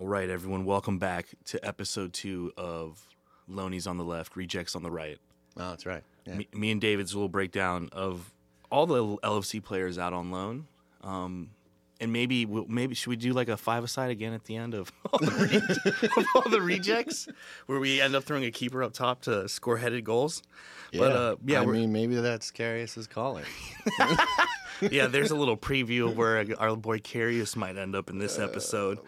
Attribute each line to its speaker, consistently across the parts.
Speaker 1: All right, everyone, welcome back to episode two of Lonies on the Left, Rejects on the Right.
Speaker 2: Oh, that's right. Yeah.
Speaker 1: Me, me and David's little breakdown of all the LFC players out on loan. Um, and maybe we'll, maybe should we do like a five aside again at the end of all, the re- of all the rejects, where we end up throwing a keeper up top to score headed goals. But uh, yeah,
Speaker 2: I
Speaker 1: we're,
Speaker 2: mean, maybe that's Carius' is calling.
Speaker 1: yeah, there's a little preview of where our boy Carius might end up in
Speaker 2: Oh,
Speaker 1: this episode.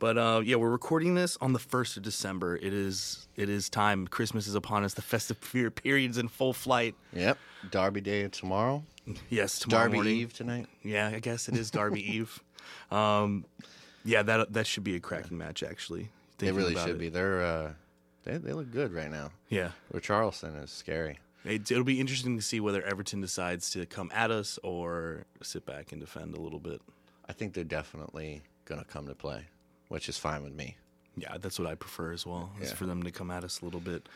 Speaker 1: But uh, yeah, we're recording this on the first of December. It is it is time. Christmas is upon us. The festive per- period's in full flight.
Speaker 2: yep. Derby Day tomorrow.
Speaker 1: Yes, tomorrow
Speaker 2: Derby
Speaker 1: morning.
Speaker 2: Eve tonight.
Speaker 1: Yeah, I guess it is Derby Eve. Um, yeah, that that should be a cracking match actually.
Speaker 2: They
Speaker 1: thinking
Speaker 2: really
Speaker 1: about
Speaker 2: should
Speaker 1: it.
Speaker 2: be. They're uh, they they look good right now.
Speaker 1: Yeah.
Speaker 2: Or Charleston is scary.
Speaker 1: It, it'll be interesting to see whether Everton decides to come at us or sit back and defend a little bit.
Speaker 2: I think they're definitely gonna come to play, which is fine with me.
Speaker 1: Yeah, that's what I prefer as well. Is
Speaker 2: Yeah.
Speaker 1: for them to come at us a little bit.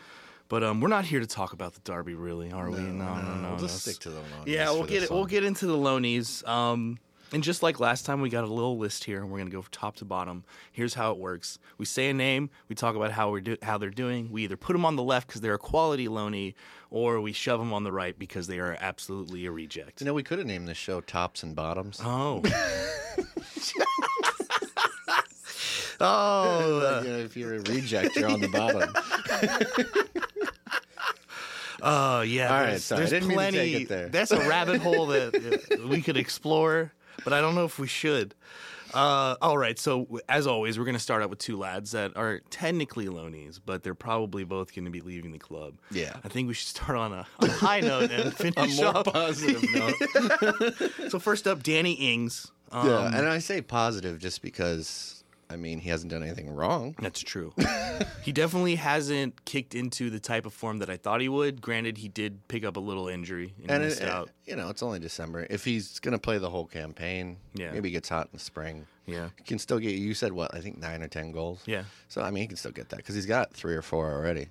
Speaker 1: But um, we're not here to talk about the derby, really, are we? No, no, no. no.
Speaker 2: we'll just stick to the long.
Speaker 1: Oh, Yeah, we'll get it. We'll get into the loanies. Um, and just like last time, we got a little list here, and we're gonna go from top to bottom. Here's how it works: we say a name, we talk about how we're do- how they're doing. We either put them on the left because they're a quality loanee, or we shove them on the right because they are absolutely a reject.
Speaker 2: You know, we could have named this show "Tops and Bottoms."
Speaker 1: Oh. oh.
Speaker 2: Like, you know, if you're a reject, you're on the bottom.
Speaker 1: Oh yeah.
Speaker 2: All right,
Speaker 1: there's-
Speaker 2: sorry, I
Speaker 1: There's
Speaker 2: didn't mean to
Speaker 1: plenty.
Speaker 2: take it there.
Speaker 1: That's a rabbit hole that uh, we could explore, but I don't know if we should. Uh, all right. So w- as always, we're going to start out with two lads that are technically loanies, but they're probably both going to be leaving the club.
Speaker 2: Yeah.
Speaker 1: I think we should start on a, on a high note and
Speaker 2: A
Speaker 1: finish
Speaker 2: more
Speaker 1: up.
Speaker 2: positive note.
Speaker 1: so first up, Danny Ings. Um,
Speaker 2: Yeah, and I say positive just because I mean he hasn't done anything wrong.
Speaker 1: That's true. he definitely hasn't kicked into the type of form that I thought he would. Granted, he did pick up a little injury and,
Speaker 2: and
Speaker 1: missed
Speaker 2: it,
Speaker 1: out.
Speaker 2: you know it's only December. If he's gonna play the whole campaign,
Speaker 1: Yeah.
Speaker 2: maybe he gets hot in the spring.
Speaker 1: Yeah.
Speaker 2: He can still get. You said what? I think nine or ten goals.
Speaker 1: Yeah.
Speaker 2: So I mean, he can still get that because he's got three or four already.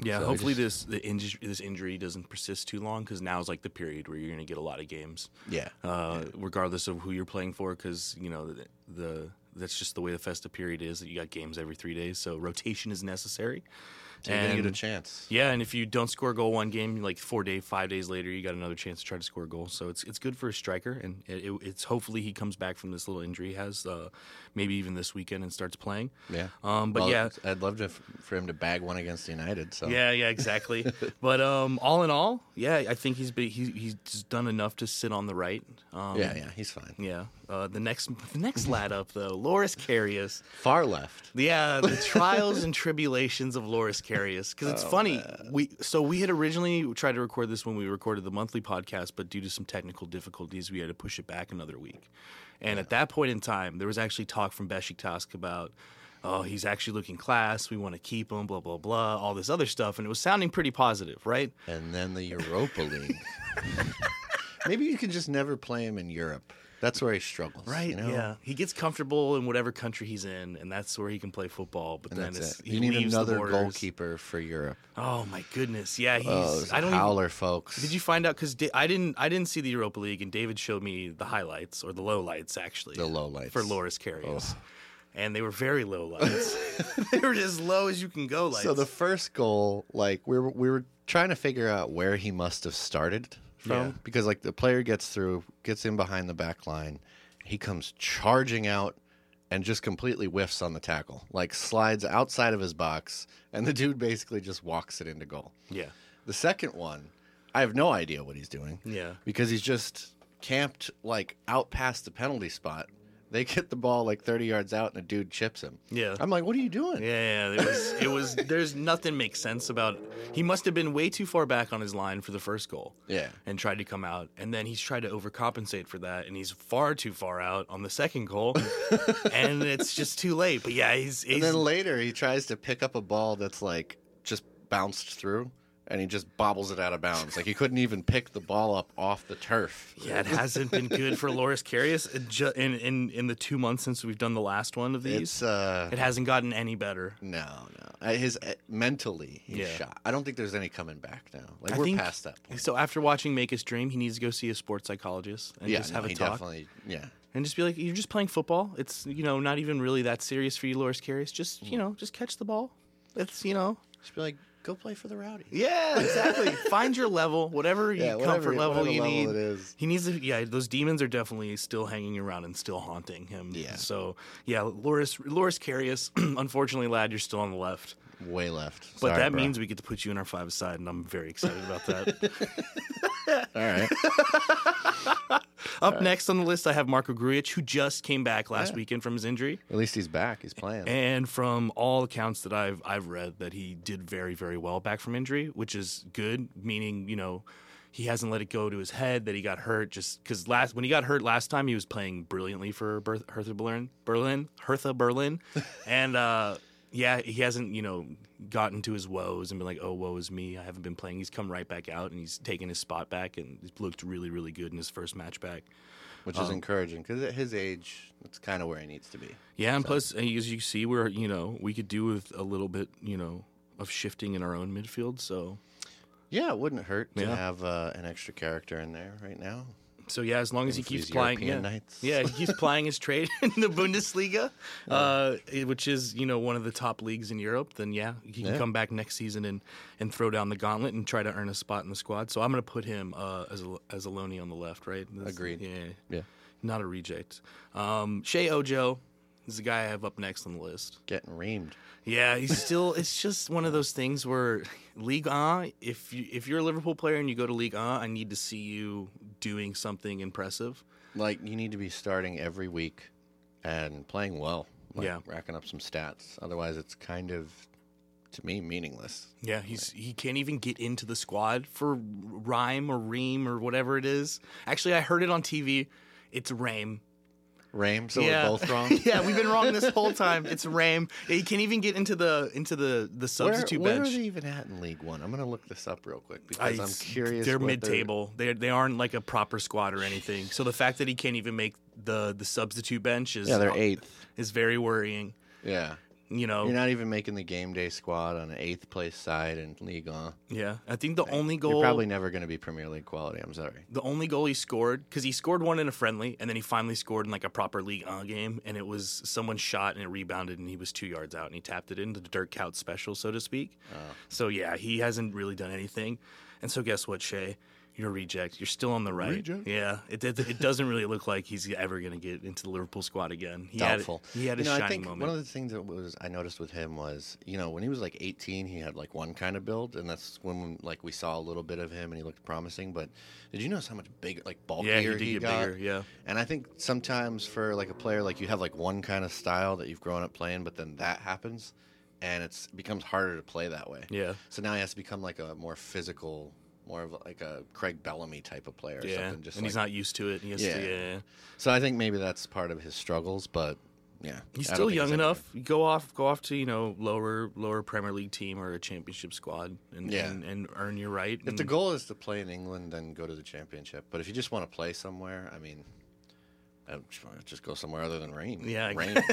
Speaker 1: Yeah,
Speaker 2: So I
Speaker 1: hopefully this the inj- this injury doesn't persist too long because now is like the period where you're going to get a lot of games,
Speaker 2: Yeah.
Speaker 1: uh, regardless of who you're playing for, because you know the, the that's just the way the festive period is that you got games every three days, so rotation is necessary.
Speaker 2: So you're gonna get a
Speaker 1: and-
Speaker 2: chance.
Speaker 1: Yeah, and if you don't score a goal one game, like four day, five days later, you got another chance to try to score a goal. So it's it's good for a striker, and it, it, it's hopefully he comes back from this little injury he has, uh, maybe even this weekend and starts playing.
Speaker 2: Yeah.
Speaker 1: Um, but
Speaker 2: Well,
Speaker 1: yeah,
Speaker 2: I'd love to f- for him to bag one against United. So
Speaker 1: Yeah, yeah, exactly. but um, all in all, yeah, I think he's been, he, he's just done enough to sit on the right. Um,
Speaker 2: yeah, yeah, he's fine.
Speaker 1: yeah. Uh, the next the next lad up though, Loris Carius.
Speaker 2: Far left.
Speaker 1: Yeah, the trials and tribulations of Loris Carius. Because
Speaker 2: Oh,
Speaker 1: it's funny, we so we had originally tried to record this when we recorded the monthly podcast, but due to some technical difficulties, we had to push it back another week. And at that point in time, there was actually talk from Besiktas about, oh, he's actually looking class. We want to keep him, blah blah blah, all this other stuff, and it was sounding pretty positive, right?
Speaker 2: And then the Europa League. maybe you can just never play him in Europe. That's where he struggles.
Speaker 1: Right.
Speaker 2: You know?
Speaker 1: Yeah. He gets comfortable in whatever country he's in, and that's where he can play football. But
Speaker 2: And
Speaker 1: then
Speaker 2: that's
Speaker 1: it's,
Speaker 2: it.
Speaker 1: he
Speaker 2: You need
Speaker 1: leaves the
Speaker 2: another
Speaker 1: borders.
Speaker 2: goalkeeper for Europe.
Speaker 1: Oh my goodness. Yeah. He's.
Speaker 2: Oh,
Speaker 1: I don't. Even,
Speaker 2: howler, folks.
Speaker 1: did you find out? Because I didn't. I didn't see the Europa League, and David showed me the highlights or the lowlights actually.
Speaker 2: the low lights
Speaker 1: for Loris Karius. And they were very low lights. they were as low as you can go. Lights.
Speaker 2: So the first goal, like we were, we were trying to figure out where he must have started from
Speaker 1: Yeah.
Speaker 2: because like the player gets through, gets in behind the back line, he comes charging out and just completely whiffs on the tackle, like slides outside of his box, and the dude basically just walks it into goal.
Speaker 1: yeah,
Speaker 2: The second one, I have no idea what he's doing.
Speaker 1: yeah,
Speaker 2: because he's just camped like out past the penalty spot. They get the ball like 30 yards out and a dude chips him.
Speaker 1: yeah.
Speaker 2: I'm like, what are you doing?
Speaker 1: Yeah, yeah, it was. It was. There's nothing makes sense about. He must have been way too far back on his line for the first goal,
Speaker 2: Yeah.
Speaker 1: and tried to come out, and then he's tried to overcompensate for that, and he's far too far out on the second goal, and it's just too late. But yeah, he's. he's
Speaker 2: And then later he tries to pick up a ball that's like just bounced through and he just bobbles it out of bounds. like he couldn't even pick the ball up off the turf.
Speaker 1: yeah, it hasn't been good for Loris Karius It ju- in, in in the two months since we've done the last one of these.
Speaker 2: It's uh
Speaker 1: It hasn't gotten any better.
Speaker 2: no, no. Uh, His uh, mentally, he's
Speaker 1: Yeah.
Speaker 2: shot. I don't think there's any coming back now. Like
Speaker 1: I
Speaker 2: we're
Speaker 1: think-
Speaker 2: past that point.
Speaker 1: So after watching Make Us Dream, he needs to go see a sports psychologist and
Speaker 2: yeah,
Speaker 1: just
Speaker 2: no,
Speaker 1: have a
Speaker 2: he
Speaker 1: talk.
Speaker 2: definitely. Yeah,
Speaker 1: and just be like, you're just playing football. It's you know not even really that serious for you, Loris Carius. Just
Speaker 2: Mm.
Speaker 1: you know, just catch the ball. It's you know,
Speaker 2: Just be like, go play for the Rowdies.
Speaker 1: yeah, exactly. Find your level, whatever your
Speaker 2: Yeah, whatever-
Speaker 1: comfort level
Speaker 2: whatever
Speaker 1: you
Speaker 2: level
Speaker 1: need.
Speaker 2: it is.
Speaker 1: He needs to. Yeah, those demons are definitely still hanging around and still haunting him.
Speaker 2: Yeah.
Speaker 1: So yeah, Loris Loris Carius. unfortunately, lad, you're still on the left.
Speaker 2: Way left.
Speaker 1: But
Speaker 2: Sorry,
Speaker 1: that
Speaker 2: bro.
Speaker 1: means we get to put you in our five side, and I'm very excited about that.
Speaker 2: all right.
Speaker 1: Up next on the list, I have Marco Grujic, who just came back last weekend from his injury,
Speaker 2: At least he's back. He's playing.
Speaker 1: and from all accounts that I've I've read, that he did very very well back from injury, which is good. Meaning, you know, he hasn't let it go to his head that he got hurt. Just because last when he got hurt last time, he was playing brilliantly for Berth- Hertha Berlin, Berlin, Hertha Berlin, and. uh yeah, he hasn't, you know, gotten to his woes and been like, oh, woe is me. I haven't been playing. He's come right back out and he's taken his spot back and he's looked really, really good in his first match back.
Speaker 2: which
Speaker 1: um,
Speaker 2: is encouraging because at his age, that's kind of where he needs to be.
Speaker 1: Yeah, and plus, uh, as you can see, we're you know we could do with a little bit you know of shifting in our own midfield. So
Speaker 2: Yeah, it wouldn't hurt to
Speaker 1: Yeah.
Speaker 2: have uh, an extra character in there right now.
Speaker 1: so yeah, as long as he
Speaker 2: for these
Speaker 1: keeps playing, yeah,
Speaker 2: European nights.
Speaker 1: yeah, he keeps playing his trade in the Bundesliga, uh, which is you know one of the top leagues in Europe. Then yeah, he can
Speaker 2: Yeah.
Speaker 1: come back next season and and throw down the gauntlet and try to earn a spot in the squad. So I'm gonna put him uh, as a, as a loanee on the left, right? That's-
Speaker 2: Agreed.
Speaker 1: Yeah,
Speaker 2: Yeah.
Speaker 1: not a reject. Um, Shea Ojo is the guy I have up next on the list.
Speaker 2: Getting reamed.
Speaker 1: Yeah, he's still. it's just one of those things where League Ah. If you if you're a Liverpool player and you go to League Ah, I need to see you doing something impressive.
Speaker 2: Like, you need to be starting every week and playing well. Like,
Speaker 1: Yeah.
Speaker 2: Racking up some stats. Otherwise, it's kind of, to me, meaningless.
Speaker 1: Yeah, he's he can't even get into the squad for rhyme or ream or whatever it is. Actually, I heard it on TV. It's Rame.
Speaker 2: Rame, so
Speaker 1: Yeah.
Speaker 2: we're both wrong.
Speaker 1: yeah, we've been wrong this whole time. It's Rame. He can't even get into the into the the
Speaker 2: Where,
Speaker 1: substitute
Speaker 2: where are
Speaker 1: bench.
Speaker 2: they even at in League One? I'm going to look this up real quick
Speaker 1: I-
Speaker 2: because I, am curious.
Speaker 1: They're
Speaker 2: what
Speaker 1: mid
Speaker 2: their-
Speaker 1: table. They they aren't like a proper squad or anything. So the fact that he can't even make the the substitute bench is
Speaker 2: Yeah, they're eighth.
Speaker 1: is very worrying.
Speaker 2: Yeah.
Speaker 1: You know,
Speaker 2: You're not even making the game day squad on an eighth place side in League One.
Speaker 1: yeah. I think the only
Speaker 2: You're
Speaker 1: goal,
Speaker 2: probably never going to be Premier League quality. I'm sorry.
Speaker 1: the only goal he scored, because he scored one in a friendly, and then he finally scored in like a proper league uh, game, and it was someone shot and it rebounded, and he was two yards out, and he tapped it into the Dirk Couch special, so to speak.
Speaker 2: Oh.
Speaker 1: So yeah, he hasn't really done anything. And so guess what, Shay? You're a reject. You're still on the right.
Speaker 2: Reject.
Speaker 1: Yeah, it, it, it doesn't really look like he's ever going to get into the Liverpool squad again. He
Speaker 2: Doubtful.
Speaker 1: Had, he had a
Speaker 2: you know,
Speaker 1: shining
Speaker 2: I think
Speaker 1: moment.
Speaker 2: one of the things that was I noticed with him was, you know, when he was like 18, he had like one kind of build, and that's when like we saw a little bit of him, and he looked promising. But did you notice how much bigger, like bulkier
Speaker 1: yeah, he did get
Speaker 2: got?
Speaker 1: bigger. Yeah.
Speaker 2: And I think sometimes for like a player, like you have like one kind of style that you've grown up playing, but then that happens, and it's it becomes harder to play that way.
Speaker 1: Yeah.
Speaker 2: So now he has to become like a more physical, more of like a Craig Bellamy type of player or
Speaker 1: Yeah.
Speaker 2: something. Just
Speaker 1: and
Speaker 2: like,
Speaker 1: he's not used to it. He has
Speaker 2: Yeah.
Speaker 1: To, yeah.
Speaker 2: so I think maybe that's part of his struggles, but yeah,
Speaker 1: He's
Speaker 2: I don't
Speaker 1: still
Speaker 2: think
Speaker 1: young
Speaker 2: anything-
Speaker 1: enough. Go off, go off to you know lower lower Premier League team or a Championship squad, and
Speaker 2: Yeah.
Speaker 1: and, and earn your right.
Speaker 2: If
Speaker 1: and-
Speaker 2: the goal is to play in England, then go to the championship. But if you just want to play somewhere, I mean, I would just wanna just go somewhere other than Rain.
Speaker 1: Yeah, I-
Speaker 2: Reims.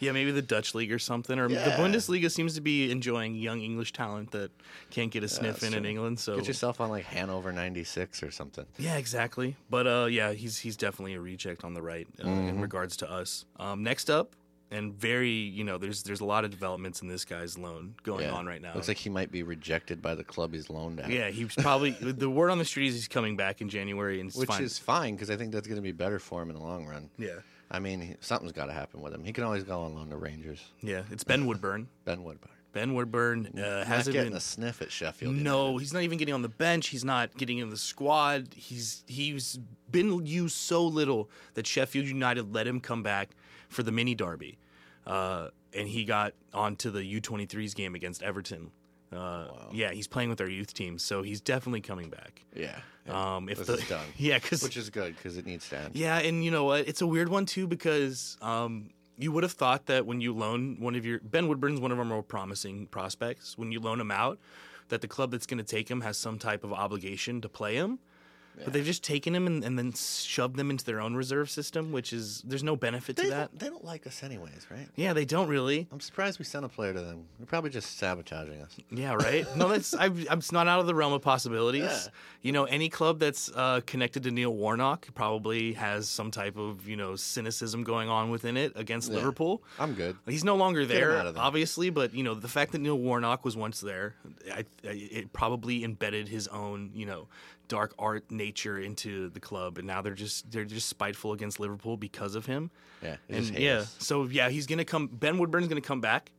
Speaker 1: yeah, maybe the Dutch league or something, or
Speaker 2: Yeah.
Speaker 1: the Bundesliga seems to be enjoying young English talent that can't get a sniff
Speaker 2: that's
Speaker 1: in in
Speaker 2: true.
Speaker 1: England. So
Speaker 2: Get yourself on like Hanover '96 or something.
Speaker 1: yeah, exactly. But uh, yeah, he's he's definitely a reject on the right uh,
Speaker 2: Mm-hmm.
Speaker 1: in regards to us. Um, next up, and very you know, there's there's a lot of developments in this guy's loan going on right now.
Speaker 2: Looks like he might be rejected by the club he's loaned at.
Speaker 1: yeah, he's probably the word on the street is he's coming back in January and it's
Speaker 2: which
Speaker 1: fine.
Speaker 2: is fine because I think that's going to be better for him in the long run.
Speaker 1: yeah.
Speaker 2: I mean, he- something's got to happen with him. He can always go on loan to Rangers.
Speaker 1: Yeah, it's Ben Woodburn.
Speaker 2: Ben Woodburn
Speaker 1: Ben Woodburn uh,
Speaker 2: not
Speaker 1: hasn't
Speaker 2: getting
Speaker 1: been.
Speaker 2: a sniff at Sheffield.
Speaker 1: No, he's not even getting on the bench. He's not getting in the squad. He's he's been used so little that Sheffield United let him come back for the mini derby, uh, and he got onto the U23s game against Everton. Uh, Yeah, he's playing with our youth team, so he's definitely coming back.
Speaker 2: Yeah,
Speaker 1: Um, if
Speaker 2: This
Speaker 1: the,
Speaker 2: is done.
Speaker 1: yeah, because
Speaker 2: which is good because it needs to end.
Speaker 1: yeah, and you know what? It's a weird one too because um, you would have thought that when you loan one of your Ben Woodburn's one of our more promising prospects, when you loan him out, that the club that's going to take him has some type of obligation to play him. But they've just taken him and, and then shoved them into their own reserve system, which is there's no benefit
Speaker 2: They
Speaker 1: to that.
Speaker 2: don't, they don't like us anyways, right?
Speaker 1: Yeah, they don't really.
Speaker 2: I'm surprised we sent a player to them. They're probably just sabotaging us.
Speaker 1: Yeah, right. No, that's I've, I'm it's not out of the realm of possibilities. You know, any club that's uh, connected to Neil Warnock probably has some type of you know cynicism going on within it against Liverpool.
Speaker 2: I'm good.
Speaker 1: He's no longer
Speaker 2: him
Speaker 1: there,
Speaker 2: out of there.
Speaker 1: obviously, but you know the fact that Neil Warnock was once there, I, I, it probably embedded his own you know dark art nature into the club, and now they're just they're just spiteful against Liverpool because of him.
Speaker 2: Yeah, they
Speaker 1: And
Speaker 2: just hate
Speaker 1: Mm, yeah,
Speaker 2: us.
Speaker 1: so yeah, he's gonna come. Ben Woodburn's gonna come back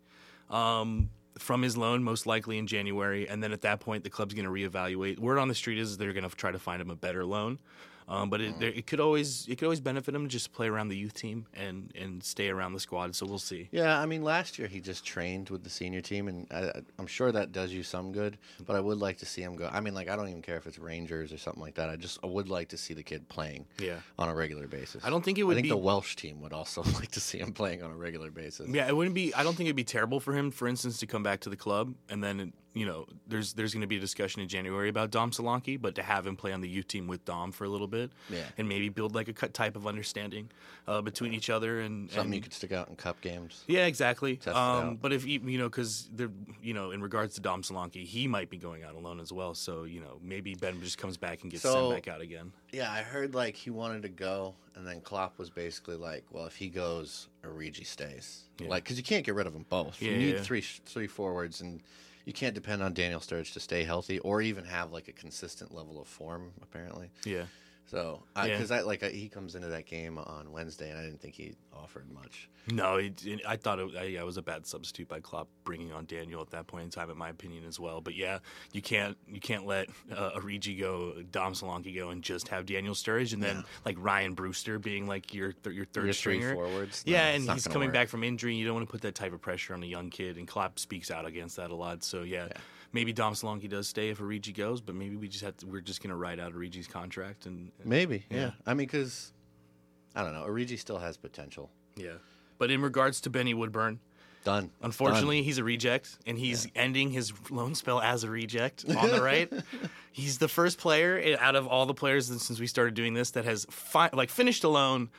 Speaker 1: um, from his loan, most likely in January, and then at that point, the club's gonna reevaluate. Word on the street is they're gonna try to find him a better loan, um, but
Speaker 2: Mm.
Speaker 1: it, there, it could always it could always benefit him to just play around the youth team and and stay around the squad. So we'll see.
Speaker 2: Yeah, I mean, last year he just trained with the senior team, and I, I- I'm sure that does you some good. But I would like to see him go. I mean, like I don't even care if it's Rangers or something like that. I just I would like to see the kid playing.
Speaker 1: Yeah.
Speaker 2: on a regular basis.
Speaker 1: I don't think it would
Speaker 2: I think
Speaker 1: be-
Speaker 2: the Welsh team would also like to see him playing on a regular basis.
Speaker 1: Yeah, it wouldn't be. I don't think it'd be terrible for him, for instance, to come back to the club, and then you know, there's there's going to be a discussion in January about Dom Solanke, but to have him play on the U team with Dom for a little bit,
Speaker 2: Yeah.
Speaker 1: and maybe build like a cut type of understanding uh, between each other, and,
Speaker 2: Something
Speaker 1: and
Speaker 2: you could stick out in cup games.
Speaker 1: yeah, exactly.
Speaker 2: it
Speaker 1: Um,
Speaker 2: out.
Speaker 1: but if you you know, because they're you know, in regards to Dom Solanke, he might be going out alone as well, so you know, maybe Ben just comes back and gets
Speaker 2: So-
Speaker 1: sent back out again.
Speaker 2: Yeah, I heard like he wanted to go, and then Klopp was basically like, "Well, if he goes, Origi stays." Like 'cause Like, because you can't get rid of them both.
Speaker 1: Yeah,
Speaker 2: you need
Speaker 1: yeah.
Speaker 2: three three forwards, and you can't depend on Daniel Sturridge to stay healthy or even have like a consistent level of form. Apparently,
Speaker 1: Yeah.
Speaker 2: so
Speaker 1: Yeah.
Speaker 2: because I like I, he comes into that game on Wednesday, and I didn't think he offered much.
Speaker 1: No, it, it, I thought it, I, yeah, it was a bad substitute by Klopp bringing on Daniel at that point in time, in my opinion as well. But yeah, you can't you can't let uh, Origi go, Dom Solanke go, and just have Daniel Sturridge, and then like Ryan Brewster being like your th- your third
Speaker 2: Your three
Speaker 1: stringer.
Speaker 2: forwards, no,
Speaker 1: yeah,
Speaker 2: it's
Speaker 1: and
Speaker 2: not
Speaker 1: he's
Speaker 2: gonna
Speaker 1: coming
Speaker 2: work.
Speaker 1: back from injury. You don't want to put that type of pressure on a young kid, and Klopp speaks out against that a lot. So yeah, maybe Dom Solanke does stay if Origi goes, but maybe we just have to, we're just gonna ride out Origi's contract and
Speaker 2: Maybe, yeah. I mean, because I don't know, Origi still has potential.
Speaker 1: yeah. But in regards to Benny Woodburn,
Speaker 2: Done.
Speaker 1: Unfortunately, he's a reject, and he's ending his loan spell as a reject on the right. he's the first player i- out of all the players that- since we started doing this that has fi- like finished a loan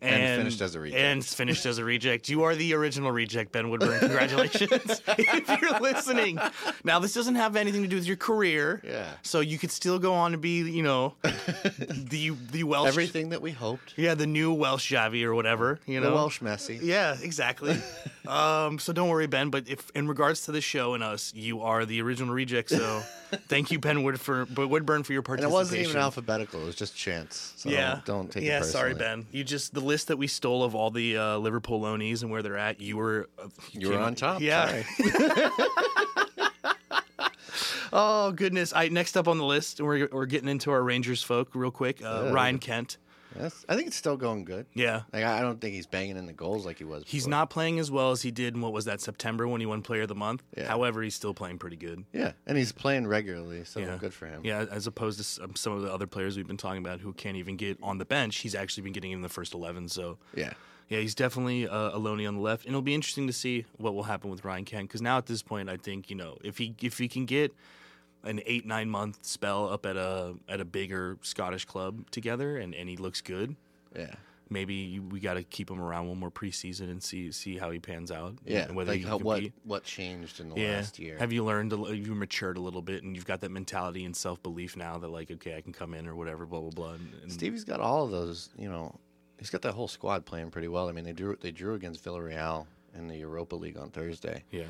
Speaker 1: and,
Speaker 2: finished as a reject.
Speaker 1: And finished as a reject. You are the original reject, Ben Woodburn. Congratulations, if you're listening. Now, this doesn't have anything to do with your career.
Speaker 2: Yeah.
Speaker 1: So you could still go on to be, you know, the the Welsh.
Speaker 2: everything that we hoped.
Speaker 1: Yeah, the new Welsh Xavi or whatever. You know,
Speaker 2: The Welsh Messi.
Speaker 1: yeah, exactly. um, so don't worry, Ben. But if in regards to the show and us, you are the original reject. So thank you, Ben Wood for but Woodburn for your
Speaker 2: And it
Speaker 1: participation.
Speaker 2: wasn't even alphabetical. It was just chance. So
Speaker 1: Yeah,
Speaker 2: Don't take
Speaker 1: yeah.
Speaker 2: it personally.
Speaker 1: sorry, Ben. You just the list that we stole of all the uh, Liverpool loanees and where they're at. You were uh,
Speaker 2: You were
Speaker 1: came-
Speaker 2: on top.
Speaker 1: Yeah.
Speaker 2: sorry.
Speaker 1: Oh goodness. I next up on the list, and we're we're getting into our Rangers folk real quick. Uh,
Speaker 2: Yeah.
Speaker 1: Ryan Kent.
Speaker 2: That's- I think it's still going good.
Speaker 1: Yeah.
Speaker 2: Like I I don't think he's banging in the goals like he was.
Speaker 1: He's
Speaker 2: before.
Speaker 1: not playing as well as he did in what was that September when he won Player of the Month.
Speaker 2: Yeah.
Speaker 1: However, he's still playing pretty good.
Speaker 2: Yeah, and he's playing regularly, so
Speaker 1: Yeah.
Speaker 2: good for him.
Speaker 1: Yeah, as opposed to s- um, some of the other players we've been talking about who can't even get on the bench, he's actually been getting in the first 11. So,
Speaker 2: Yeah.
Speaker 1: yeah, he's definitely uh, a loanee on the left. And it'll be interesting to see what will happen with Ryan Kent because now at this point, I think, you know, if he if he can get an eight, nine month spell up at a at a bigger Scottish club together and, and he looks good,
Speaker 2: Yeah.
Speaker 1: maybe you- we got to keep him around one more preseason and see see how he pans out.
Speaker 2: Yeah.
Speaker 1: And whether
Speaker 2: like
Speaker 1: he
Speaker 2: how,
Speaker 1: can
Speaker 2: what
Speaker 1: compete.
Speaker 2: what changed in the last year?
Speaker 1: Have you learned? A, li- have you matured a little bit, and you've got that mentality and self belief now that like, okay, I can come in or whatever, blah blah blah. And, and
Speaker 2: Stevie's got all of those. You know, he's got that whole squad playing pretty well. I mean, they drew they drew against Villarreal in the Europa League on Thursday,
Speaker 1: yeah,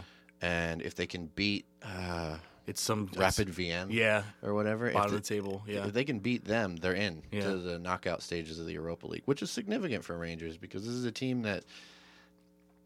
Speaker 2: and if they can beat uh,
Speaker 1: it's some
Speaker 2: Rapid Vienna,
Speaker 1: Yeah,
Speaker 2: or whatever, if
Speaker 1: bottom
Speaker 2: the-
Speaker 1: of the table. Yeah,
Speaker 2: If they can beat them, they're in
Speaker 1: Yeah.
Speaker 2: to the knockout stages of the Europa League, which is significant for Rangers because this is a team that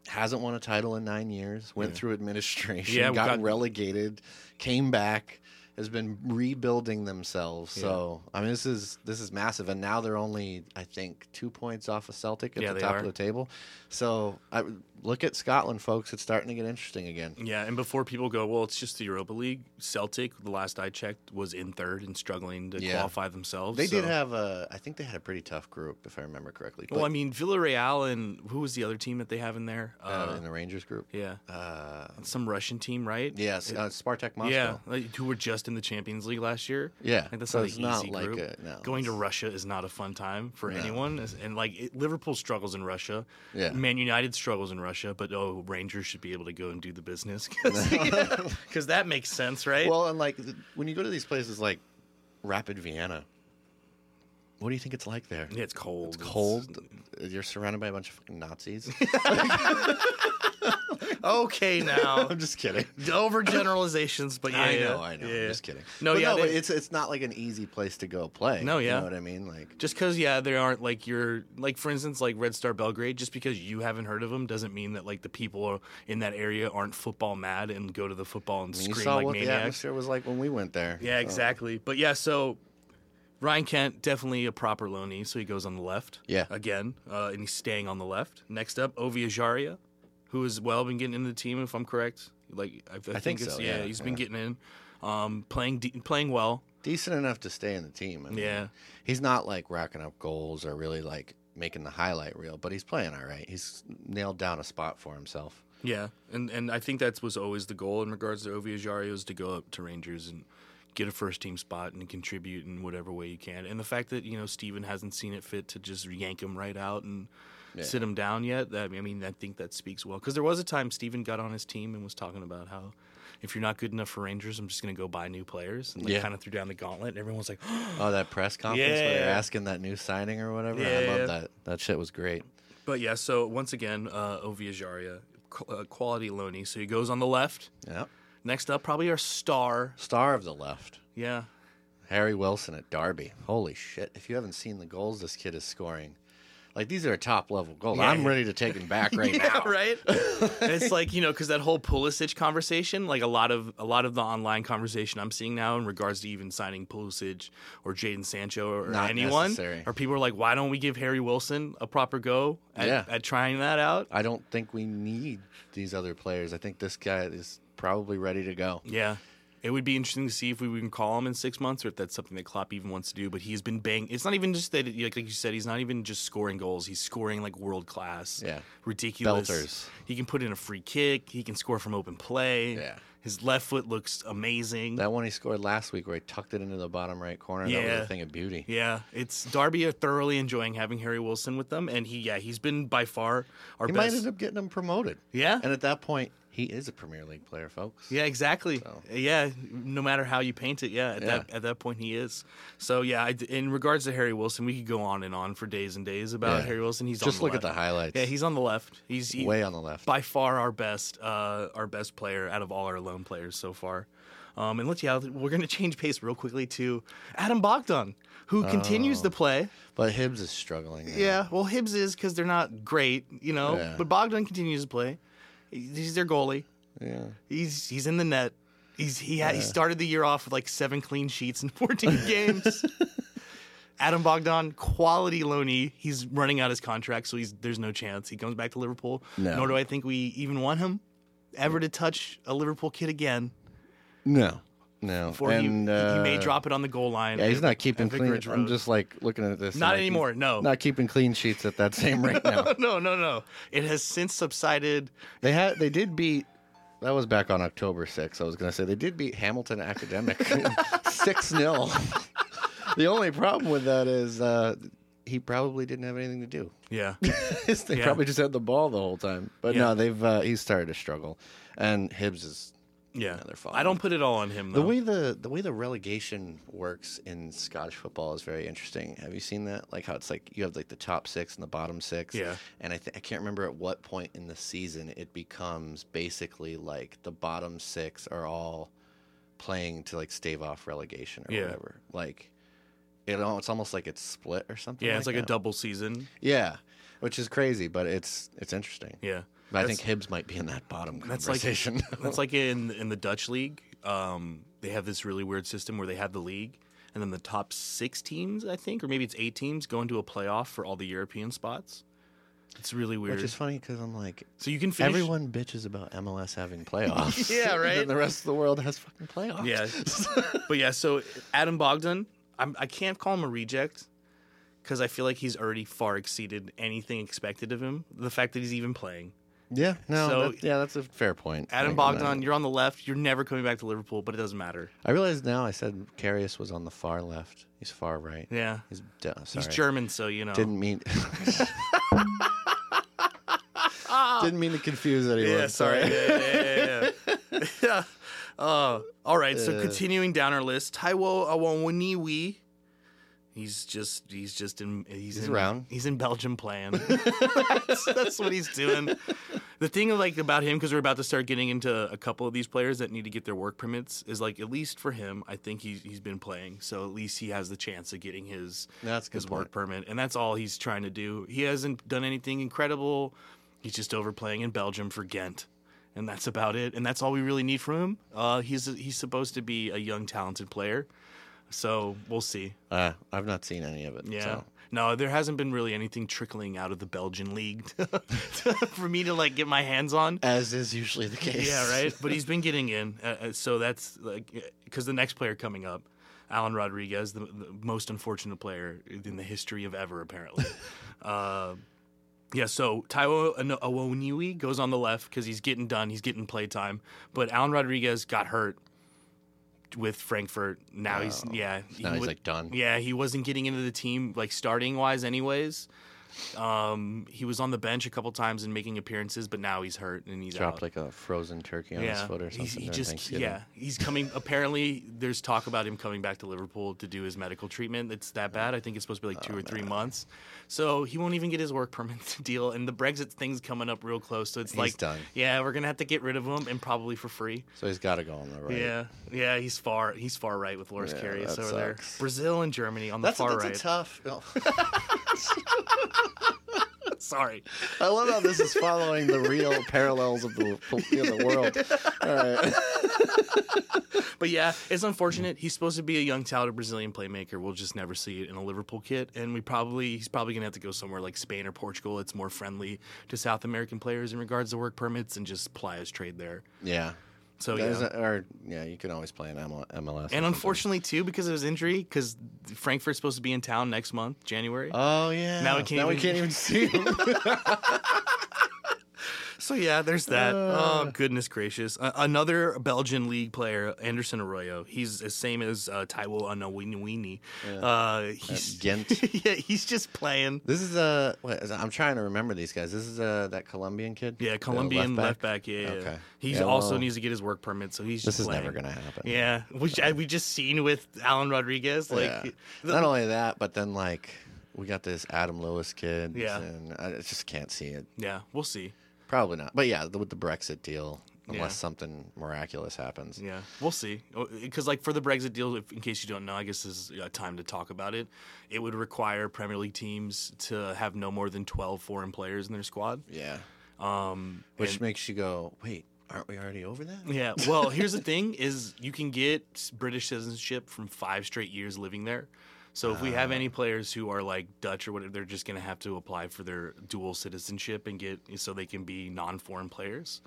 Speaker 2: hasn't won a title in nine years, went through administration,
Speaker 1: Yeah, we
Speaker 2: got,
Speaker 1: got-
Speaker 2: relegated, came back, has been rebuilding themselves. So I mean, this is this is massive, and now they're only I think two points off of Celtic at
Speaker 1: Yeah,
Speaker 2: the
Speaker 1: they
Speaker 2: top
Speaker 1: are.
Speaker 2: of the table. So I, look at Scotland, folks. It's starting to get interesting again.
Speaker 1: yeah. And before people go, well, it's just the Europa League. Celtic, the last I checked, was in third and struggling to
Speaker 2: Yeah.
Speaker 1: qualify themselves.
Speaker 2: They did
Speaker 1: so-
Speaker 2: have a, I think they had a pretty tough group, if I remember correctly.
Speaker 1: Well,
Speaker 2: but-
Speaker 1: I mean, Villarreal and who was the other team that they have in there? Uh,
Speaker 2: uh, in the Rangers group.
Speaker 1: yeah,
Speaker 2: Uh,
Speaker 1: some Russian team, right?
Speaker 2: Yes, uh, Spartak Moscow.
Speaker 1: Yeah, like, who were just in the Champions League last year.
Speaker 2: Yeah,
Speaker 1: Like that's
Speaker 2: so
Speaker 1: not
Speaker 2: it's
Speaker 1: an
Speaker 2: not
Speaker 1: easy
Speaker 2: like
Speaker 1: group.
Speaker 2: a- no,
Speaker 1: Going to
Speaker 2: it's-
Speaker 1: Russia is not a fun time for
Speaker 2: No.
Speaker 1: anyone, As- and like it, Liverpool struggles in Russia.
Speaker 2: Yeah.
Speaker 1: Man United struggles in Russia, but oh, Rangers should be able to go and do the business because that makes sense, right?
Speaker 2: Well, and like th- when you go to these places like Rapid Vienna, what do you think it's like there?
Speaker 1: yeah, it's cold. It's
Speaker 2: Cold. You're surrounded by a bunch of fucking Nazis.
Speaker 1: Okay, now
Speaker 2: I'm just kidding.
Speaker 1: overgeneralizations, but yeah,
Speaker 2: I
Speaker 1: yeah,
Speaker 2: know, I know.
Speaker 1: yeah.
Speaker 2: I'm just kidding.
Speaker 1: No,
Speaker 2: But
Speaker 1: yeah,
Speaker 2: but
Speaker 1: they-
Speaker 2: it's it's not like an easy place to go play.
Speaker 1: No,
Speaker 2: you
Speaker 1: yeah.
Speaker 2: know what I mean. Like,
Speaker 1: Just because, yeah, they aren't like your like, for instance, like Red Star Belgrade. Just because you haven't heard of them doesn't mean that like the people in that area aren't football mad and go to the football and
Speaker 2: I mean, you
Speaker 1: scream
Speaker 2: saw
Speaker 1: like
Speaker 2: what the
Speaker 1: maniacs.
Speaker 2: atmosphere was like when we went there.
Speaker 1: Yeah, exactly. But yeah, so Ryan Kent definitely a proper loanee, so he goes on the left.
Speaker 2: Yeah.
Speaker 1: again, uh, and he's staying on the left. Next up, Ovi Ajaria, who has well been getting into the team, if I'm correct. Like I, I, think,
Speaker 2: think
Speaker 1: it's,
Speaker 2: so,
Speaker 1: Yeah,
Speaker 2: yeah,
Speaker 1: he's been getting in, um, playing de- playing well.
Speaker 2: decent enough to stay in the team. I mean,
Speaker 1: Yeah.
Speaker 2: he's not like racking up goals or really like making the highlight reel, but he's playing all right. He's nailed down a spot for himself.
Speaker 1: Yeah, and and I think that was always the goal in regards to Ovi Ajario is to go up to Rangers and get a first team spot and contribute in whatever way you can. And the fact that you know Steven hasn't seen it fit to just yank him right out and sit him down yet, that I mean, I think that speaks well because there was a time Steven got on his team and was talking about how. If you're not good enough for Rangers, I'm just going to go buy new players. And like,
Speaker 2: Yeah.
Speaker 1: kind of threw down the gauntlet, and everyone was like,
Speaker 2: Oh, that press conference where they're
Speaker 1: Yeah.
Speaker 2: asking that new signing or whatever. I
Speaker 1: Yeah,
Speaker 2: love
Speaker 1: yeah.
Speaker 2: that. That shit was great.
Speaker 1: But yeah, so once again, uh, Ovi Ajaria, qu- uh, quality Loney. So he goes on the left.
Speaker 2: Yeah.
Speaker 1: Next up, probably our star.
Speaker 2: Star of the left.
Speaker 1: Yeah,
Speaker 2: Harry Wilson at Derby. Holy shit. If you haven't seen the goals this kid is scoring, like these are top level goals.
Speaker 1: Yeah,
Speaker 2: I'm
Speaker 1: yeah.
Speaker 2: ready to take him back right now.
Speaker 1: right? it's like you know, because that whole Pulisic conversation, like a lot of a lot of the online conversation I'm seeing now in regards to even signing Pulisic or Jaden Sancho or
Speaker 2: Not
Speaker 1: anyone,
Speaker 2: necessary.
Speaker 1: or people are like, why don't we give Harry Wilson a proper go at,
Speaker 2: Yeah.
Speaker 1: at trying that out?
Speaker 2: I don't think we need these other players. I think this guy is probably ready to go.
Speaker 1: Yeah. It would be interesting to see if we can call him in six months or if that's something that Klopp even wants to do. But he's been bang. It's not even just that, like, like you said, he's not even just scoring goals. He's scoring like world class.
Speaker 2: Yeah.
Speaker 1: Ridiculous.
Speaker 2: Belters.
Speaker 1: He can put in a free kick. He can score from open play.
Speaker 2: Yeah.
Speaker 1: His left foot looks amazing.
Speaker 2: That one he scored last week where he tucked it into the bottom right corner. That was
Speaker 1: Yeah.
Speaker 2: a thing of beauty.
Speaker 1: yeah. It's Darby are thoroughly enjoying having Harry Wilson with them. And he, yeah, he's been by far our
Speaker 2: He might
Speaker 1: best.
Speaker 2: end up getting him promoted.
Speaker 1: yeah.
Speaker 2: And at that point, he is a Premier League player, folks.
Speaker 1: Yeah, exactly. Yeah, no matter how you paint it, yeah, at that
Speaker 2: Yeah.
Speaker 1: at that point he is. So yeah, I d in regards to Harry Wilson, we could go on and on for days and days about
Speaker 2: Yeah.
Speaker 1: Harry Wilson. He's on
Speaker 2: Just
Speaker 1: the
Speaker 2: look at
Speaker 1: left.
Speaker 2: the highlights.
Speaker 1: yeah, he's on the left. He's he,
Speaker 2: way on the left.
Speaker 1: by far our best uh, our best player out of all our lone players so far. Um, and let's yeah, we're gonna change pace real quickly to Adam Bogdan, who
Speaker 2: Oh.
Speaker 1: continues to play.
Speaker 2: But Hibbs is struggling. now.
Speaker 1: Yeah, well Hibbs is because they're not great, you know.
Speaker 2: Yeah.
Speaker 1: But Bogdan continues to play. He's their goalie.
Speaker 2: Yeah.
Speaker 1: He's he's in the net. He's he had, he started the year off with like seven clean sheets in 14 games. Adam Bogdan, quality loanee. He's running out his contract, so he's there's no chance he comes back to Liverpool.
Speaker 2: No.
Speaker 1: Nor do I think we even want him ever to touch a Liverpool kid again.
Speaker 2: No. No.
Speaker 1: Or
Speaker 2: and
Speaker 1: he,
Speaker 2: uh,
Speaker 1: he may drop it on the goal line.
Speaker 2: Yeah, he's
Speaker 1: at-
Speaker 2: not keeping
Speaker 1: at
Speaker 2: clean.
Speaker 1: Vicarage
Speaker 2: I'm
Speaker 1: Road.
Speaker 2: just like looking at this. and,
Speaker 1: Not
Speaker 2: like, he's
Speaker 1: anymore. No.
Speaker 2: Not keeping clean sheets at that same rate now.
Speaker 1: no, no, no. It has since subsided.
Speaker 2: They had. They did beat. That was back on October 6th. I was going to say they did beat Hamilton Academic 6 0. the only problem with that is uh, he probably didn't have anything to do.
Speaker 1: Yeah.
Speaker 2: they
Speaker 1: Yeah.
Speaker 2: probably just had the ball the whole time. But
Speaker 1: Yeah.
Speaker 2: no, they've uh, he's started to struggle, and Hibbs is
Speaker 1: Yeah.
Speaker 2: they're fine.
Speaker 1: I don't put it all on him
Speaker 2: the
Speaker 1: though.
Speaker 2: way the the way the relegation works in Scottish football is very interesting. Have you seen that? Like how it's like you have like the top six and the bottom six.
Speaker 1: Yeah.
Speaker 2: And I th- I can't remember at what point in the season it becomes basically like the bottom six are all playing to like stave off relegation or
Speaker 1: Yeah.
Speaker 2: whatever. Like. It, al- it's almost like it's split or something.
Speaker 1: yeah, it's like a
Speaker 2: that.
Speaker 1: double season.
Speaker 2: Yeah, which is crazy, but it's it's interesting.
Speaker 1: Yeah.
Speaker 2: But I
Speaker 1: That's-
Speaker 2: think Hibbs might be in that bottom
Speaker 1: That's like-
Speaker 2: conversation.
Speaker 1: That's like in in the Dutch league. Um, they have this really weird system where they have the league, and then the top six teams, I think, or maybe it's eight teams, go into a playoff for all the European spots. It's really weird.
Speaker 2: which is funny because I'm like,
Speaker 1: so you can finish.
Speaker 2: everyone bitches about MLS having playoffs.
Speaker 1: Yeah,
Speaker 2: And
Speaker 1: right?
Speaker 2: then the rest of the world has fucking playoffs.
Speaker 1: Yeah, but yeah. So Adam Bogdan, I'm, I can't call him a reject because I feel like he's already far exceeded anything expected of him. The fact that he's even playing,
Speaker 2: Yeah, no,
Speaker 1: So-
Speaker 2: that- yeah, that's a fair point.
Speaker 1: Adam
Speaker 2: Like, I'm not-
Speaker 1: Bogdan, you're on the left. You're never coming back to Liverpool, but it doesn't matter.
Speaker 2: I realize now. I said Carius was on the far left. He's far right.
Speaker 1: Yeah.
Speaker 2: He's d- sorry.
Speaker 1: He's German, so you know.
Speaker 2: Didn't mean. Didn't mean to confuse anyone.
Speaker 1: yeah, sorry. yeah, yeah, yeah, yeah. yeah. Uh, all right. So
Speaker 2: Uh.
Speaker 1: continuing down our list, Taiwo Awoniyi. He's just he's just in he's,
Speaker 2: He's
Speaker 1: in,
Speaker 2: around.
Speaker 1: He's in Belgium playing. that's, that's what he's doing. The thing like about him because we're about to start getting into a couple of these players that need to get their work permits is like at least for him, I think he's he's been playing, so at least he has the chance of getting his
Speaker 2: That's a good
Speaker 1: his
Speaker 2: point.
Speaker 1: work permit, and that's all he's trying to do. He hasn't done anything incredible. He's just over playing in Belgium for Ghent, and that's about it. And that's all we really need from him. Uh, he's he's supposed to be a young, talented player, so we'll see.
Speaker 2: Uh, I've not seen any of it.
Speaker 1: Yeah.
Speaker 2: so.
Speaker 1: No, there hasn't been really anything trickling out of the Belgian league for me to like get my hands on.
Speaker 2: As is usually the case.
Speaker 1: Yeah, right. But he's been getting in, uh, uh, so that's like because the next player coming up, Alan Rodriguez, the, the most unfortunate player in the history of ever, apparently. uh, yeah, so Taiwo Ano- Awoniyi goes on the left because he's getting done, he's getting playtime. But Alan Rodriguez got hurt with Frankfurt. Now he's
Speaker 2: Oh.
Speaker 1: yeah, he
Speaker 2: Now he's
Speaker 1: wa-
Speaker 2: like mm. done.
Speaker 1: yeah, he wasn't getting into the team like starting wise, anyways. Um, he was on the bench a couple times and making appearances, but now he's hurt and he's out
Speaker 2: Dropped like a frozen turkey on his foot or something.
Speaker 1: he's- he
Speaker 2: during
Speaker 1: just
Speaker 2: Thanksgiving.
Speaker 1: yeah, he's coming. apparently, there's talk about him coming back to Liverpool to do his medical treatment. It's
Speaker 2: Oh.
Speaker 1: that bad. I think it's supposed to be like two or three months. So he won't even get his work permit to deal, and the Brexit thing's coming up real close. So it's
Speaker 2: He's
Speaker 1: like,
Speaker 2: done.
Speaker 1: yeah, we're gonna have to get rid of him, and probably for free.
Speaker 2: So he's got to go on the right.
Speaker 1: Yeah, yeah, he's far, he's far right with Loris
Speaker 2: Yeah,
Speaker 1: Karius
Speaker 2: that
Speaker 1: over there.
Speaker 2: sucks.
Speaker 1: Brazil and Germany on the
Speaker 2: That's,
Speaker 1: far
Speaker 2: that's
Speaker 1: right.
Speaker 2: a tough. oh, no.
Speaker 1: Sorry.
Speaker 2: I love how this is following the real parallels of the, of the world. All right.
Speaker 1: But yeah, it's unfortunate. He's supposed to be a young, talented Brazilian playmaker. We'll just never see it in a Liverpool kit, and we probably he's probably gonna have to go somewhere like Spain or Portugal. It's more friendly to South American players in regards to work permits, and just ply his trade there.
Speaker 2: Yeah.
Speaker 1: So
Speaker 2: There's
Speaker 1: yeah.
Speaker 2: a- or yeah, you can always play an ML- MLS. or
Speaker 1: and
Speaker 2: something.
Speaker 1: unfortunately too, because of his injury, because Frankfurt's supposed to be in town next month, January.
Speaker 2: Oh yeah.
Speaker 1: Now we can't even-
Speaker 2: see him.
Speaker 1: so yeah, there's that.
Speaker 2: uh,
Speaker 1: oh goodness gracious! A another Belgian league player, Anderson Arroyo. He's the same as uh, Taiwo Anowini. Uh, he's
Speaker 2: Ghent.
Speaker 1: yeah, he's just playing.
Speaker 2: This is uh, what is- I'm trying to remember these guys. This is uh, that Colombian kid.
Speaker 1: Yeah,
Speaker 2: The
Speaker 1: Colombian left back. yeah, yeah.
Speaker 2: Okay.
Speaker 1: He
Speaker 2: Yeah,
Speaker 1: also
Speaker 2: well,
Speaker 1: needs to get his work permit, so he's
Speaker 2: This
Speaker 1: just
Speaker 2: is never
Speaker 1: playing.
Speaker 2: gonna happen.
Speaker 1: Yeah, which I, we just seen with Alan Rodriguez. Like,
Speaker 2: Yeah.
Speaker 1: the-
Speaker 2: Not only that, but then like we got this Adam Lewis kid.
Speaker 1: Yeah.
Speaker 2: And I just can't see it.
Speaker 1: yeah, we'll see.
Speaker 2: Probably not. But yeah, the, with the Brexit deal, unless
Speaker 1: Yeah.
Speaker 2: something miraculous happens.
Speaker 1: Yeah, we'll see. Because like for the Brexit deal, if, in case you don't know, I guess this is uh, time to talk about it. It would require Premier League teams to have no more than twelve foreign players in their squad.
Speaker 2: Yeah.
Speaker 1: Um,
Speaker 2: Which
Speaker 1: and-
Speaker 2: makes you go, wait, aren't we already over that?
Speaker 1: yeah. Well, here's the thing: is you can get British citizenship from five straight years living there. So if we have
Speaker 2: Ah.
Speaker 1: any players who are like Dutch or whatever, they're just gonna have to apply for their dual citizenship and get so they can be non-foreign players.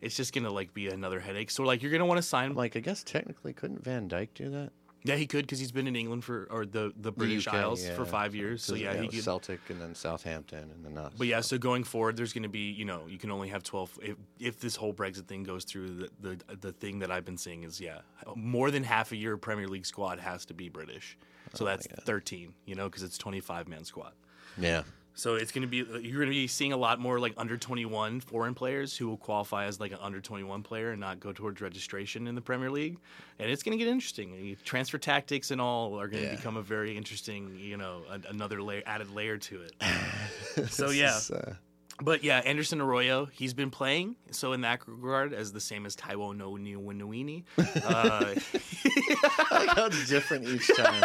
Speaker 1: It's just gonna like be another headache. So like you're gonna want to sign.
Speaker 2: I'm like, I guess technically couldn't Van Dyke do that?
Speaker 1: yeah, he could because he's been in England for or the the British
Speaker 2: UK,
Speaker 1: Isles for
Speaker 2: yeah.
Speaker 1: five years. So yeah, he
Speaker 2: it was
Speaker 1: could.
Speaker 2: Celtic and then Southampton and then us.
Speaker 1: But yeah, so going forward, there's going to be, you know, you can only have 12. If, if this whole Brexit thing goes through, the, the the thing that I've been seeing is, yeah, more than half of your Premier League squad has to be British. So that's 13, you know, because it's 25 man squad.
Speaker 2: yeah.
Speaker 1: So it's going to be, you're going to be seeing a lot more like under 21 foreign players who will qualify as like an under 21 player and not go towards registration in the Premier League. And it's going to get interesting. Transfer tactics and all are going to
Speaker 2: Yeah.
Speaker 1: become a very interesting, you know, an another layer, added layer to it. So, yeah.
Speaker 2: is, uh,
Speaker 1: But yeah, Anderson Arroyo, he's been playing. So in that regard, as the same as Taiwo No Niwinwini, uh,
Speaker 2: I like how it's different each time.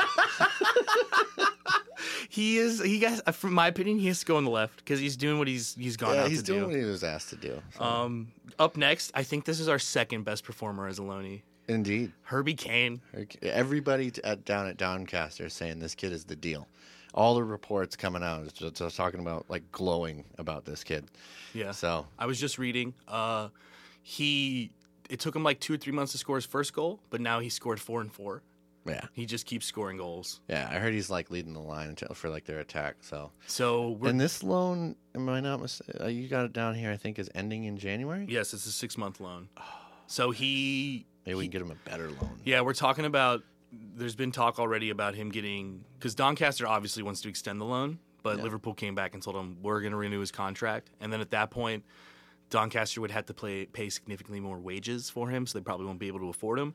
Speaker 1: he is he guys. From my opinion, he has to go on the left because he's doing what he's he's gone
Speaker 2: yeah,
Speaker 1: out
Speaker 2: he's
Speaker 1: to
Speaker 2: doing
Speaker 1: do.
Speaker 2: what he was asked to do. so.
Speaker 1: um, up next, I think this is our second best performer as Aloni,
Speaker 2: Indeed.
Speaker 1: Herbie Kane.
Speaker 2: Like, Everybody t- at, down at Doncaster is saying this kid is the deal. All the reports coming out is just, just talking about like glowing about this kid.
Speaker 1: Yeah,
Speaker 2: So
Speaker 1: I was just reading. Uh, he it took him like two or three months to score his first goal, but now he scored four and four.
Speaker 2: Yeah.
Speaker 1: He just keeps scoring goals.
Speaker 2: Yeah. I heard he's like leading the line until- for like their attack. So,
Speaker 1: So we're,
Speaker 2: and this loan, am I not mistaken? You got it down here, I think, is ending in January.
Speaker 1: yes, it's a six month loan. So he
Speaker 2: Maybe we can get him a better loan.
Speaker 1: Yeah, we're talking about. There's been talk already about him getting because Doncaster obviously wants to extend the loan, but
Speaker 2: Yeah.
Speaker 1: Liverpool came back and told him we're going to renew his contract, and then at that point, Doncaster would have to play, pay significantly more wages for him, so they probably won't be able to afford him.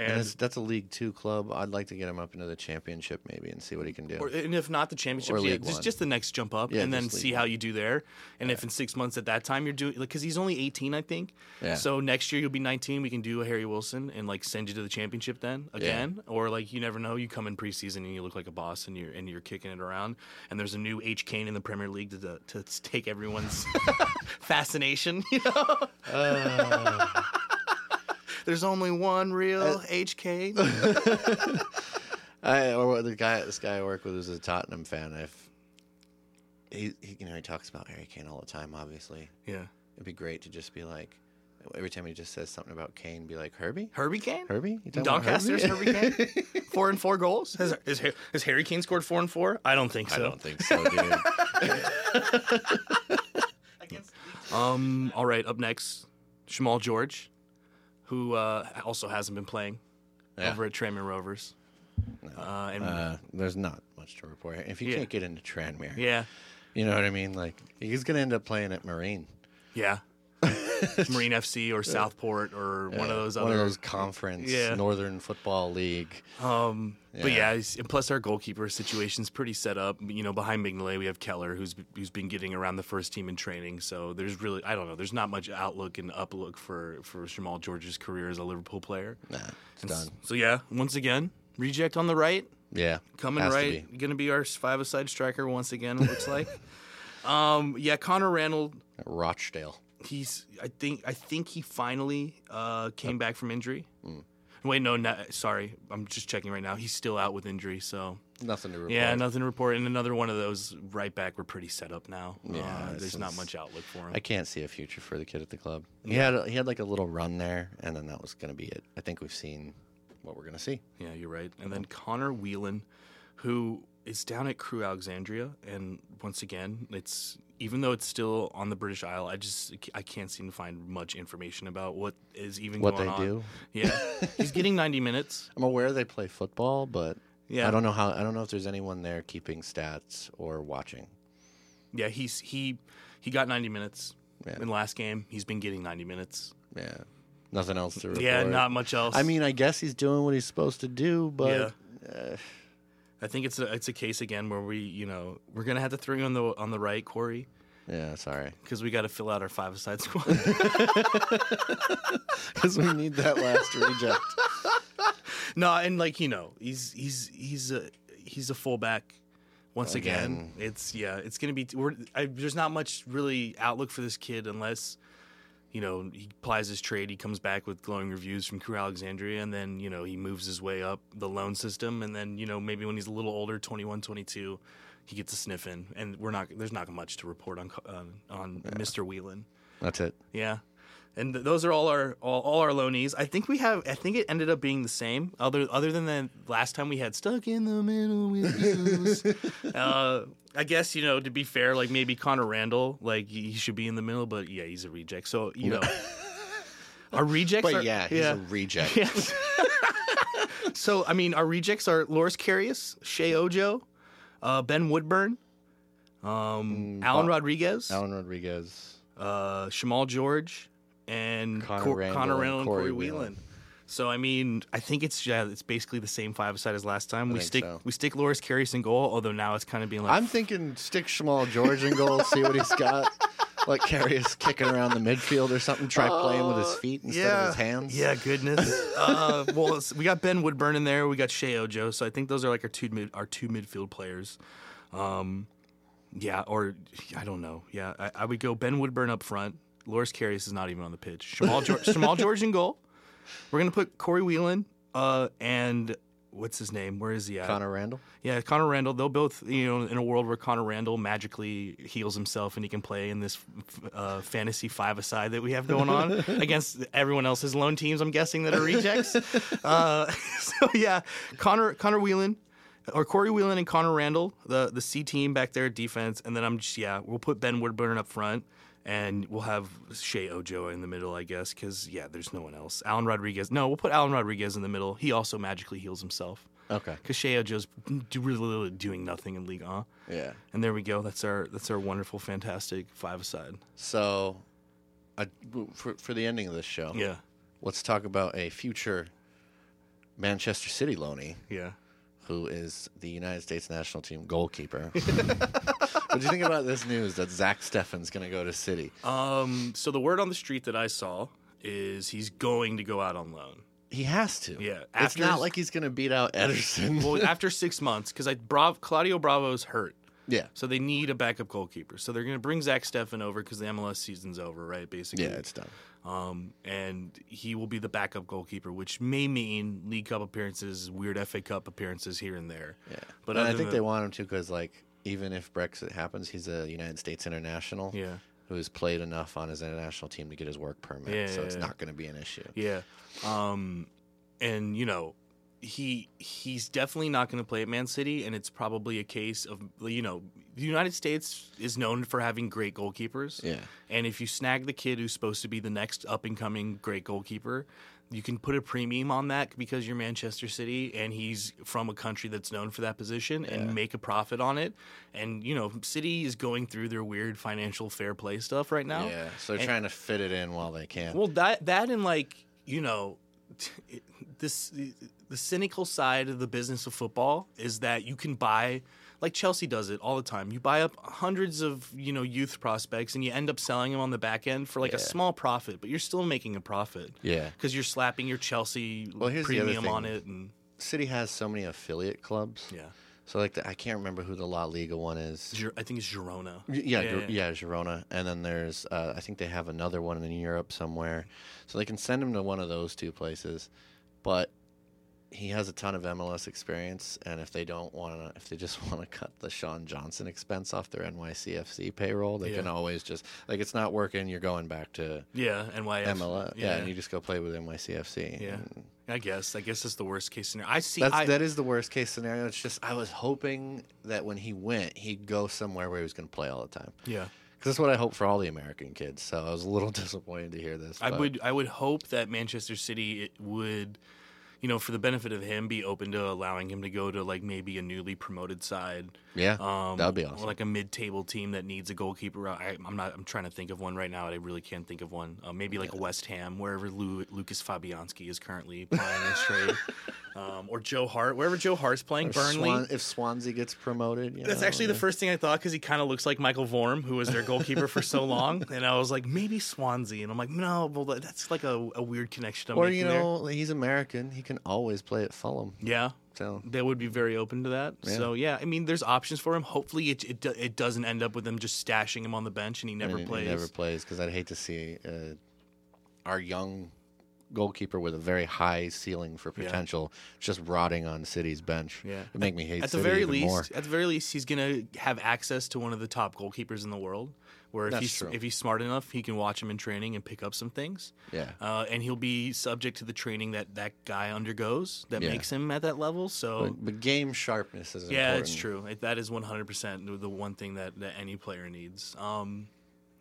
Speaker 2: And
Speaker 1: And
Speaker 2: that's, that's a League Two club. I'd like to get him up into the championship maybe and see what he can do.
Speaker 1: or, and if not the championship,
Speaker 2: Or
Speaker 1: yeah,
Speaker 2: League
Speaker 1: just,
Speaker 2: One.
Speaker 1: just the next jump up,
Speaker 2: Yeah,
Speaker 1: and then
Speaker 2: just League
Speaker 1: see how you do there. And if in six months at that time you're doing because he's only 18, I think.
Speaker 2: Yeah.
Speaker 1: So next year you'll be 19. We can do a Harry Wilson and like send you to the championship then again, or like you never know. You come in preseason and you look like a boss and you're and you're kicking it around. And there's a new H Kane in the Premier League to to, to take everyone's fascination. You know,
Speaker 2: Uh.
Speaker 1: there's only one real H Kane.
Speaker 2: I or the guy this guy I work with who's a Tottenham fan. If he, he you know he talks about Harry Kane all the time, obviously
Speaker 1: yeah,
Speaker 2: it'd be great to just be like every time he just says something about Kane, be like Herbie,
Speaker 1: Herbie Kane.
Speaker 2: Herbie, You talking about
Speaker 1: Doncaster's
Speaker 2: Herbie?
Speaker 1: Harry Kane, four and four goals. Has, has, Har- has Harry Kane scored four and four? I don't think so.
Speaker 2: I don't think so, dude.
Speaker 1: Um. All right. Up next, Shamal George, who uh, also hasn't been playing
Speaker 2: Yeah.
Speaker 1: over at Tranmere Rovers. Uh, and
Speaker 2: uh, there's not much to report. here. If you
Speaker 1: Yeah.
Speaker 2: can't get into Tranmere,
Speaker 1: yeah,
Speaker 2: you know what I mean. Like he's gonna end up playing at Marine,
Speaker 1: yeah. Marine FC or Southport or one of
Speaker 2: Yeah,
Speaker 1: those
Speaker 2: one
Speaker 1: other.
Speaker 2: of those conference
Speaker 1: Yeah.
Speaker 2: Northern Football League.
Speaker 1: Um, But
Speaker 2: Yeah.
Speaker 1: yeah, it's- and plus our goalkeeper situation's pretty set up. You know, behind Mignolet we have Keller, who's who's been getting around the first team in training. So there's really, I don't know, there's not much outlook and uplook for for Shamal George's career as a Liverpool player.
Speaker 2: Nah, it's
Speaker 1: And s-
Speaker 2: done.
Speaker 1: So yeah, once again, reject on the right,
Speaker 2: Yeah,
Speaker 1: coming
Speaker 2: has to
Speaker 1: right,
Speaker 2: be.
Speaker 1: going to be our five-a-side striker once again. It looks like. um, yeah, Connor Randall.
Speaker 2: Rochdale.
Speaker 1: He's. I think. I think he finally uh, came back from injury.
Speaker 2: Mm.
Speaker 1: Wait, no, no, sorry. I'm just checking right now. He's still out with injury, so
Speaker 2: Nothing to report.
Speaker 1: yeah, nothing to report. And another one of those right back. We're pretty set up now. Yeah,
Speaker 2: Yeah, this
Speaker 1: there's not
Speaker 2: is-
Speaker 1: much outlook for him.
Speaker 2: I can't see a future for the kid at the club. He had he had like a little run there, and then that was going to be it. I think we've seen what we're going to see.
Speaker 1: yeah, you're right. And then Connor Whelan, who is down at Crew Alexandria, and once again, it's even though it's still on the British Isle, I just I can't seem to find much information about what is even
Speaker 2: What
Speaker 1: going
Speaker 2: they
Speaker 1: on.
Speaker 2: do.
Speaker 1: Yeah, he's getting 90 minutes.
Speaker 2: I'm aware they play football, but
Speaker 1: Yeah,
Speaker 2: I don't know how. I don't know if there's anyone there keeping stats or watching.
Speaker 1: yeah, he's he he got 90 minutes
Speaker 2: Yeah.
Speaker 1: in the last game. He's been getting 90 minutes.
Speaker 2: Yeah, nothing else to report.
Speaker 1: Yeah, not much else.
Speaker 2: I mean, I guess he's doing what he's supposed to do, but
Speaker 1: uh, I think it's a it's a case again where we you know we're gonna have to throw you on the on the right, Corey,
Speaker 2: yeah, sorry,
Speaker 1: because we got to fill out our five side squad.
Speaker 2: because we need that last reject.
Speaker 1: no, and like you know he's he's he's a he's a fullback. Once again,
Speaker 2: Again.
Speaker 1: it's yeah, it's gonna be. We're, I, there's not much really outlook for this kid unless. You know, he plies his trade. He comes back with glowing reviews from Crew Alexandria, and then, you know, he moves his way up the loan system. And then, you know, maybe when he's a little older, 21, 22, he gets a sniff in. And we're not, there's not much to report on, on, on Mr. Whelan.
Speaker 2: That's it.
Speaker 1: Yeah. And th- those are all our all, all our loanees. I think we have. I think it ended up being the same. Other other than the last time we had stuck in the middle with yous. uh, I guess you know to be fair, like maybe Connor Randall, like he he should be in the middle, but yeah, he's a reject. So you know, our rejects.
Speaker 2: But
Speaker 1: are,
Speaker 2: yeah, he's a reject.
Speaker 1: Yes. so I mean, our rejects are Loris Carius, Shea Ojo, uh, Ben Woodburn, um, Alan
Speaker 2: Mm, Bob-
Speaker 1: Rodriguez,
Speaker 2: Alan Rodriguez.
Speaker 1: uh, Shamal George and
Speaker 2: Connor
Speaker 1: Cor-
Speaker 2: Randall
Speaker 1: Connor
Speaker 2: and
Speaker 1: Randall and Corey,
Speaker 2: Corey
Speaker 1: Whelan.
Speaker 2: Whelan.
Speaker 1: So I mean, I think it's yeah, it's basically the same five side as last time. we
Speaker 2: think
Speaker 1: stick
Speaker 2: so.
Speaker 1: we stick Loris Carius in goal, although now it's kind of being like
Speaker 2: I'm thinking stick Shamal George in goal, see what he's got. Like Carius kicking around the midfield or something. Try playing with his feet instead of his hands.
Speaker 1: Yeah, goodness. uh, well, it's- we got Ben Woodburn in there. We got Shea Ojo. So I think those are like our two mid, our two midfield players. Um, yeah, or I don't know. Yeah, I, I would go Ben Woodburn up front. Loris Carius is not even on the pitch. Shamal George, Shamal George in goal. We're gonna put Corey Whelan uh, and what's his name? Where is he at?
Speaker 2: Connor Randall.
Speaker 1: Yeah, Connor Randall. They'll both, you know, in a world where Connor Randall magically heals himself and he can play in this f- uh, fantasy five aside that we have going on against everyone else's lone teams. I'm guessing that are rejects. uh, so yeah, Connor Connor Whelan or Corey Whelan and Connor Randall, the the C team back there at defense, and then I'm just yeah, we'll put Ben Woodburn up front. And we'll have Shea Ojo in the middle, I guess, because yeah, there's no one else. Alan Rodriguez. No, we'll put Alan Rodriguez in the middle. He also magically heals himself
Speaker 2: Okay.
Speaker 1: because Shea Ojo's do, really doing nothing in league, huh?
Speaker 2: Yeah.
Speaker 1: And there we go. That's our that's our wonderful, fantastic five aside.
Speaker 2: So, I, for for the ending of this show,
Speaker 1: Yeah,
Speaker 2: let's talk about a future Manchester City loanee
Speaker 1: yeah.
Speaker 2: who is the United States national team goalkeeper. what do you think about this news that Zach Steffen's going to go to City?
Speaker 1: Um. So the word on the street that I saw is he's going to go out on loan.
Speaker 2: He has to.
Speaker 1: Yeah,
Speaker 2: It's
Speaker 1: after-
Speaker 2: not like he's going to beat out Ederson.
Speaker 1: Well, after six months, because I Brav, Claudio Bravo's hurt,
Speaker 2: yeah.
Speaker 1: so they need a backup goalkeeper. So they're going to bring Zach Steffen over because the MLS season's over, right? Basically,
Speaker 2: Yeah, it's done.
Speaker 1: Um, and he will be the backup goalkeeper, which may mean League Cup appearances, weird FA Cup appearances here and there.
Speaker 2: Yeah.
Speaker 1: But
Speaker 2: But and I
Speaker 1: other
Speaker 2: think
Speaker 1: than-
Speaker 2: they want him to because, like, even if Brexit happens, he's a United States international
Speaker 1: Yeah.
Speaker 2: who has played enough on his international team to get his work permit.
Speaker 1: Yeah,
Speaker 2: so
Speaker 1: yeah,
Speaker 2: it's
Speaker 1: yeah.
Speaker 2: not going to be an issue.
Speaker 1: Yeah. Um and you know, he he's definitely not going to play at Man City and it's probably a case of you know, the United States is known for having great goalkeepers.
Speaker 2: Yeah.
Speaker 1: And if you snag the kid who's supposed to be the next up and coming great goalkeeper, you can put a premium on that because you're Manchester City and he's from a country that's known for that position and make a profit on it. And you know, City is going through their weird financial fair play stuff right now.
Speaker 2: Yeah. So they're
Speaker 1: And-
Speaker 2: trying to fit it in while they can.
Speaker 1: Well, that that and like you know, t- this the cynical side of the business of football is that you can buy, like Chelsea does it all the time. You buy up hundreds of you know youth prospects and you end up selling them on the back end for like a
Speaker 2: Yeah.
Speaker 1: small profit, but you're still making a profit
Speaker 2: yeah.
Speaker 1: because you're slapping your Chelsea
Speaker 2: Well, here's the other
Speaker 1: premium
Speaker 2: thing.
Speaker 1: on it and
Speaker 2: City has so many affiliate clubs.
Speaker 1: yeah.
Speaker 2: So like the, I can't remember who the La Liga one is.
Speaker 1: Gir- I think it's Girona.
Speaker 2: Y-
Speaker 1: Yeah,
Speaker 2: yeah, yeah,
Speaker 1: yeah.
Speaker 2: yeah, Girona, and then there's uh, I think they have another one in Europe somewhere, so they can send him to one of those two places, but he has a ton of MLS experience, and if they don't want to, if they just want to cut the Sean Johnson expense off their NYCFC payroll, they
Speaker 1: Yeah.
Speaker 2: can always just like it's not working, you're going back to
Speaker 1: Yeah, NYF.
Speaker 2: MLS, yeah, and you just go play with NYCFC.
Speaker 1: Yeah.
Speaker 2: and
Speaker 1: I guess. I guess that's the worst case scenario. I see.
Speaker 2: that's
Speaker 1: I,
Speaker 2: that is the worst case scenario. It's just I was hoping that when he went, he'd go somewhere where he was going to play all the time.
Speaker 1: yeah.
Speaker 2: Because that's what I hope for all the American kids. So I was a little disappointed to hear this.
Speaker 1: I
Speaker 2: but-
Speaker 1: would I would hope that Manchester City it would, you know, for the benefit of him, be open to allowing him to go to like maybe a newly promoted side.
Speaker 2: Yeah.
Speaker 1: Um,
Speaker 2: That would be awesome.
Speaker 1: Or like a mid-table team that needs a goalkeeper. I, I'm not. I'm trying to think of one right now. and I really can't think of one. Uh, maybe like West Ham, wherever Lu- Lucas Fabianski is currently playing his trade, um, or Joe Hart, wherever Joe Hart's playing.
Speaker 2: If
Speaker 1: Burnley.
Speaker 2: Swan- if Swansea gets promoted, you
Speaker 1: That's
Speaker 2: know,
Speaker 1: actually the first thing I thought because he kind of looks like Michael Vorm, who was their goalkeeper for so long. And I was like, maybe Swansea. And I'm like, no, well, that- that's like a, a weird connection. I'm
Speaker 2: Or
Speaker 1: making
Speaker 2: you
Speaker 1: there.
Speaker 2: know, he's American. He can always play at Fulham.
Speaker 1: yeah,
Speaker 2: So
Speaker 1: they would be very open to that.
Speaker 2: Yeah.
Speaker 1: So yeah, I mean, there's options for him. Hopefully, it it, do- it doesn't end up with them just stashing him on the bench and he never
Speaker 2: and he
Speaker 1: plays.
Speaker 2: never plays because I'd hate to see uh, our young goalkeeper with a very high ceiling for potential just rotting on City's bench.
Speaker 1: Yeah.
Speaker 2: It'd make me hate
Speaker 1: at the
Speaker 2: City
Speaker 1: very
Speaker 2: even
Speaker 1: least,
Speaker 2: more.
Speaker 1: at the very least, he's gonna have access to one of the top goalkeepers in the world. Where if
Speaker 2: That's
Speaker 1: he's
Speaker 2: true.
Speaker 1: if he's smart enough, he can watch him in training and pick up some things.
Speaker 2: Yeah.
Speaker 1: uh, and he'll be subject to the training that that guy undergoes that
Speaker 2: Yeah.
Speaker 1: makes him at that level. So
Speaker 2: But, but game sharpness is
Speaker 1: oh. yeah,
Speaker 2: important.
Speaker 1: it's true. It, that is one hundred percent the one thing that, that any player needs. Um,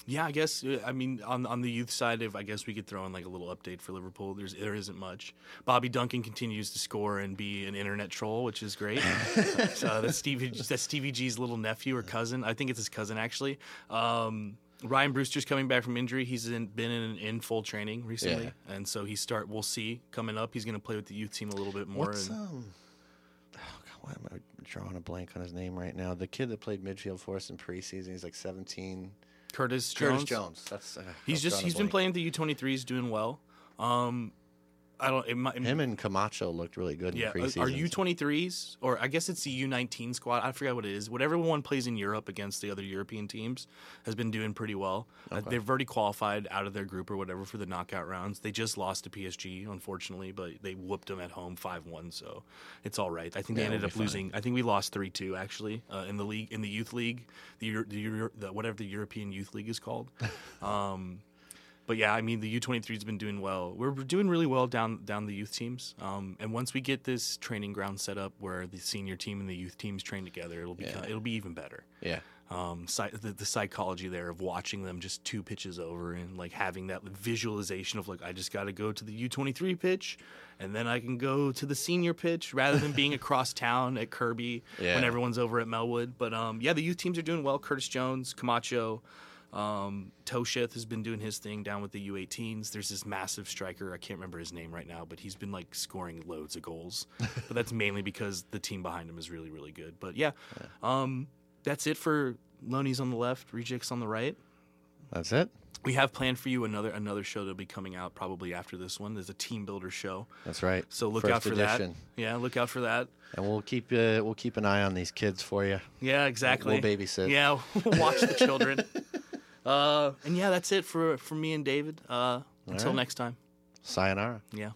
Speaker 1: yeah, I guess uh, I mean on on the youth side, if I guess we could throw in like a little update for Liverpool. There's there isn't much. Bobby Duncan continues to score and be an internet troll, which is great. so that's Stevie that's Stevie G's little nephew or cousin. I think it's his cousin actually. Um, Ryan Brewster's coming back from injury. He's in, been in, in full training recently, and so he start. We'll see coming up. He's going to play with the youth team a little bit more.
Speaker 2: What's
Speaker 1: and-
Speaker 2: um? Oh God, why am I drawing a blank on his name right now? The kid that played midfield for us in preseason. He's like seventeen.
Speaker 1: Curtis
Speaker 2: Curtis Jones. That's uh, I was
Speaker 1: He's just
Speaker 2: drawing a
Speaker 1: he's been playing
Speaker 2: blank.
Speaker 1: the U23s, doing well. Um, I don't. It might,
Speaker 2: Him and Camacho looked really good
Speaker 1: yeah.
Speaker 2: in preseason.
Speaker 1: Are you 23s or I guess it's the U19 squad? I forget what it is. Whatever one plays in Europe against the other European teams has been doing pretty well. Uh, they've already qualified out of their group or whatever for the knockout rounds. They just lost to PSG, unfortunately, but they whooped them at home 5 1. So it's all right. I think they
Speaker 2: Yeah,
Speaker 1: ended
Speaker 2: we'll
Speaker 1: up
Speaker 2: be fine.
Speaker 1: losing. I think we lost 3 2, actually, uh, in the league, in the youth league, the, Euro- the, Euro- the whatever the European youth league is called. Um, but yeah, I mean the U twenty three's been doing well. We're we're doing really well down down the youth teams. Um, and once we get this training ground set up where the senior team and the youth teams train together, it'll be it'll be even better.
Speaker 2: Yeah.
Speaker 1: Um, psy- the, the psychology there of watching them just two pitches over and like having that visualization of like I just got to go to the U twenty three pitch, and then I can go to the senior pitch rather than being across town at Kirby
Speaker 2: Yeah.
Speaker 1: when everyone's over at Melwood. But um, yeah, the youth teams are doing well. Curtis Jones, Camacho. Um, Tosheth has been doing his thing down with the U18s. There's this massive striker. I can't remember his name right now, but he's been like scoring loads of goals. but that's mainly because the team behind him is really, really good. But yeah, Um, that's it for Loney's on the left, Rejects on the right.
Speaker 2: That's it.
Speaker 1: We have planned for you another another show that'll be coming out probably after this one. There's a team builder show,
Speaker 2: That's right.
Speaker 1: so look
Speaker 2: First
Speaker 1: out for
Speaker 2: edition.
Speaker 1: that. Yeah, look out for that.
Speaker 2: And we'll keep uh, we'll keep an eye on these kids for you.
Speaker 1: Yeah, exactly.
Speaker 2: We'll babysit.
Speaker 1: Yeah, we'll watch the children. uh, and yeah, that's it for for me and David. Uh, until
Speaker 2: right.
Speaker 1: next time.
Speaker 2: Sayonara.
Speaker 1: Yeah.